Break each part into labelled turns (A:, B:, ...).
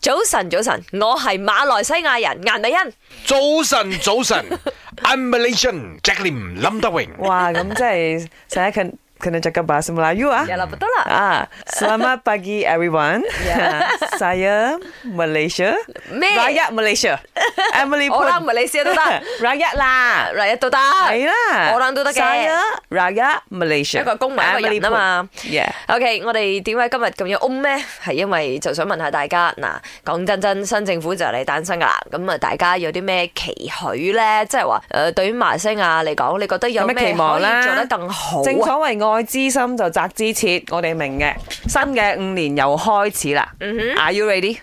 A: 早晨，早晨，我係馬來西亞人顏美欣。
B: 早晨，早 晨，I'm Malaysian Jack Lim 林德榮。
C: Wah, kamu saya saya akan kena cakap bahasa Melayu ah.
A: Yalah, betul lah.
C: Ah, selamat pagi everyone.
A: Ya.
C: saya Malaysia.
A: Mei.
C: Rakyat Malaysia. Emily pun.
A: Orang Malaysia tu tak?
C: rakyat lah.
A: Rakyat tu tak?
C: Saya lah.
A: Orang tu得嘅。
C: Saya rakyat
A: 一
C: Malaysia.
A: 個公民一個
C: Emily
A: 人啊嘛
C: Poon。Yeah.
A: OK，我哋點解今日咁樣 on 咩？係因為就想問下大家嗱，講真真新政府就嚟誕生噶啦，咁啊大家有啲咩期許咧？即係話誒，對於馬來西亞嚟講，你覺得有
C: 有
A: 咩
C: 咩期望
A: 可
C: 啦
A: 以做得更好啊
C: 正所謂愛之深就責之切，我哋明嘅。新嘅五年又開始啦。Are
A: Mm-hmm。
C: you ready？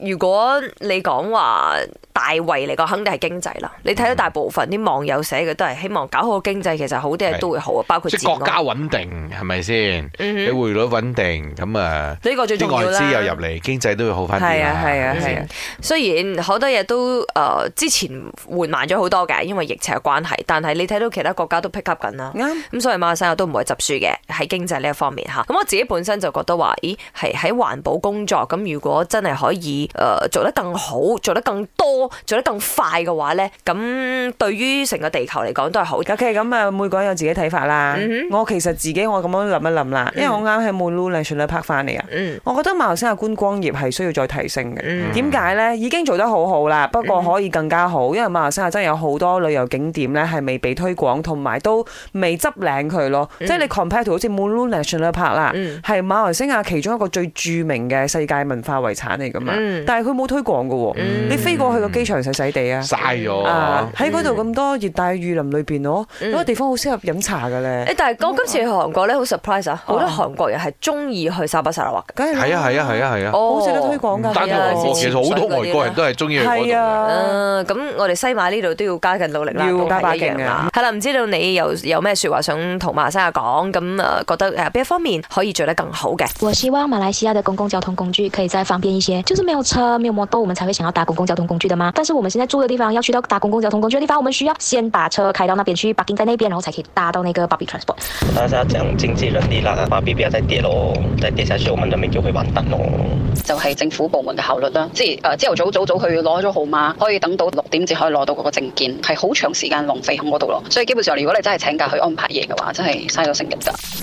A: 如果你講話大圍嚟講，肯定係經濟啦。你睇到大部分啲網友寫嘅都係希望搞好經濟，其實好啲嘢都會好啊，包括
B: 即
A: 治安
B: 係國家穩定係咪先？你匯率穩定咁啊，
A: 呢個最重
B: 啲
A: 要
B: 外
A: 啦
B: 資又入嚟，經濟都會好翻啲
C: 係
B: 啦
C: 啊，係
B: 係
C: 啊
B: 咪，
C: 係
B: 先
C: 啊。
A: 雖然好多嘢都誒、呃之前緩慢咗好多嘅，因為疫情嘅關係，但係你睇到其他國家都 pick up 緊啦。
C: 啱。
A: 咁所以馬來西亞都唔會執輸嘅喺經濟呢一方面嚇。咁我自己本身就覺得話，咦係喺環保工作咁，如果真係可以誒、呃做得更好、做得更多、做得更快嘅話呢，咁對於成個地球嚟講都係好。
C: OK，咁啊，每個人有自己睇法啦。
A: Mm-hmm。
C: 我其實自己我咁樣諗一諗啦，因為我啱喺 Mulu National Park 翻嚟啊。
A: 嗯
C: 我覺得馬來西亞觀光業係需要再提升嘅。
A: 嗯
C: 點解呢？已經做得好好啦，不過可以更加好，因為馬來西亞真係有好多旅遊景點呢係未被推廣，同埋都未執領佢咯。即係你 compare to 好似 Mulu National Park 啦，
A: 嗯
C: 係馬來西亞其中一個最著名嘅世界文化遺產嚟㗎嘛。
A: 嗯
C: 但係佢冇推廣㗎喎，
A: 嗯
C: 你飛過去個機場細細地啊。
B: 嘥咗
C: 啊！
B: 啊。
C: 喺嗰度咁多熱帶雨林裏邊咯，嗰
A: 嗯
C: 個地方好適合飲茶嘅咧
A: 誒，，但係我今次去韓國呢，好 surprise 啊！好多
C: 哦
A: 韓國人係中意去沙巴沙拉哇嘅，
C: 梗係啦
B: 係啊，係啊，係啊，係啊。
A: 哦
C: 好值得推廣㗎。
B: 單
A: 係啊
B: 係韓國，
A: 以前
B: 其實好多
A: 潛水嗰啲
B: 外國人都係中意去嗰
C: 係
B: 度
C: 啊，
A: 啊咁我哋西馬呢度都要加緊努力啦，
C: 要
A: 都係
C: 加把
A: 一樣
C: 勁啊
A: 啦。係啦，唔知道你有有咩説話想同馬來西亞講？咁誒覺得誒呃邊一方面可以做得更好嘅？
D: 我希望马来西亚的公共交通工具可以再方便一些，就是没有车、没有摩托，我们才会想要搭公共交通工具的嘛。但是我们现在住的地方要去到搭公共交通工具的地方，我们需要先把车开到那边去 parking 在那边，然后才可以搭到那个 public transport。
E: 大家讲经济能力啦，把币不要再跌咯，再跌下去我们人民就会完蛋咯。
F: 就係政府部門嘅效率啦，即係誒呃朝頭早早早去攞咗號碼，可以等到六點至可以攞到嗰個證件，係好長時間浪費喺嗰度咯。所以基本上，如果你真係請假去安排嘢嘅話，真係嘥咗成日㗎。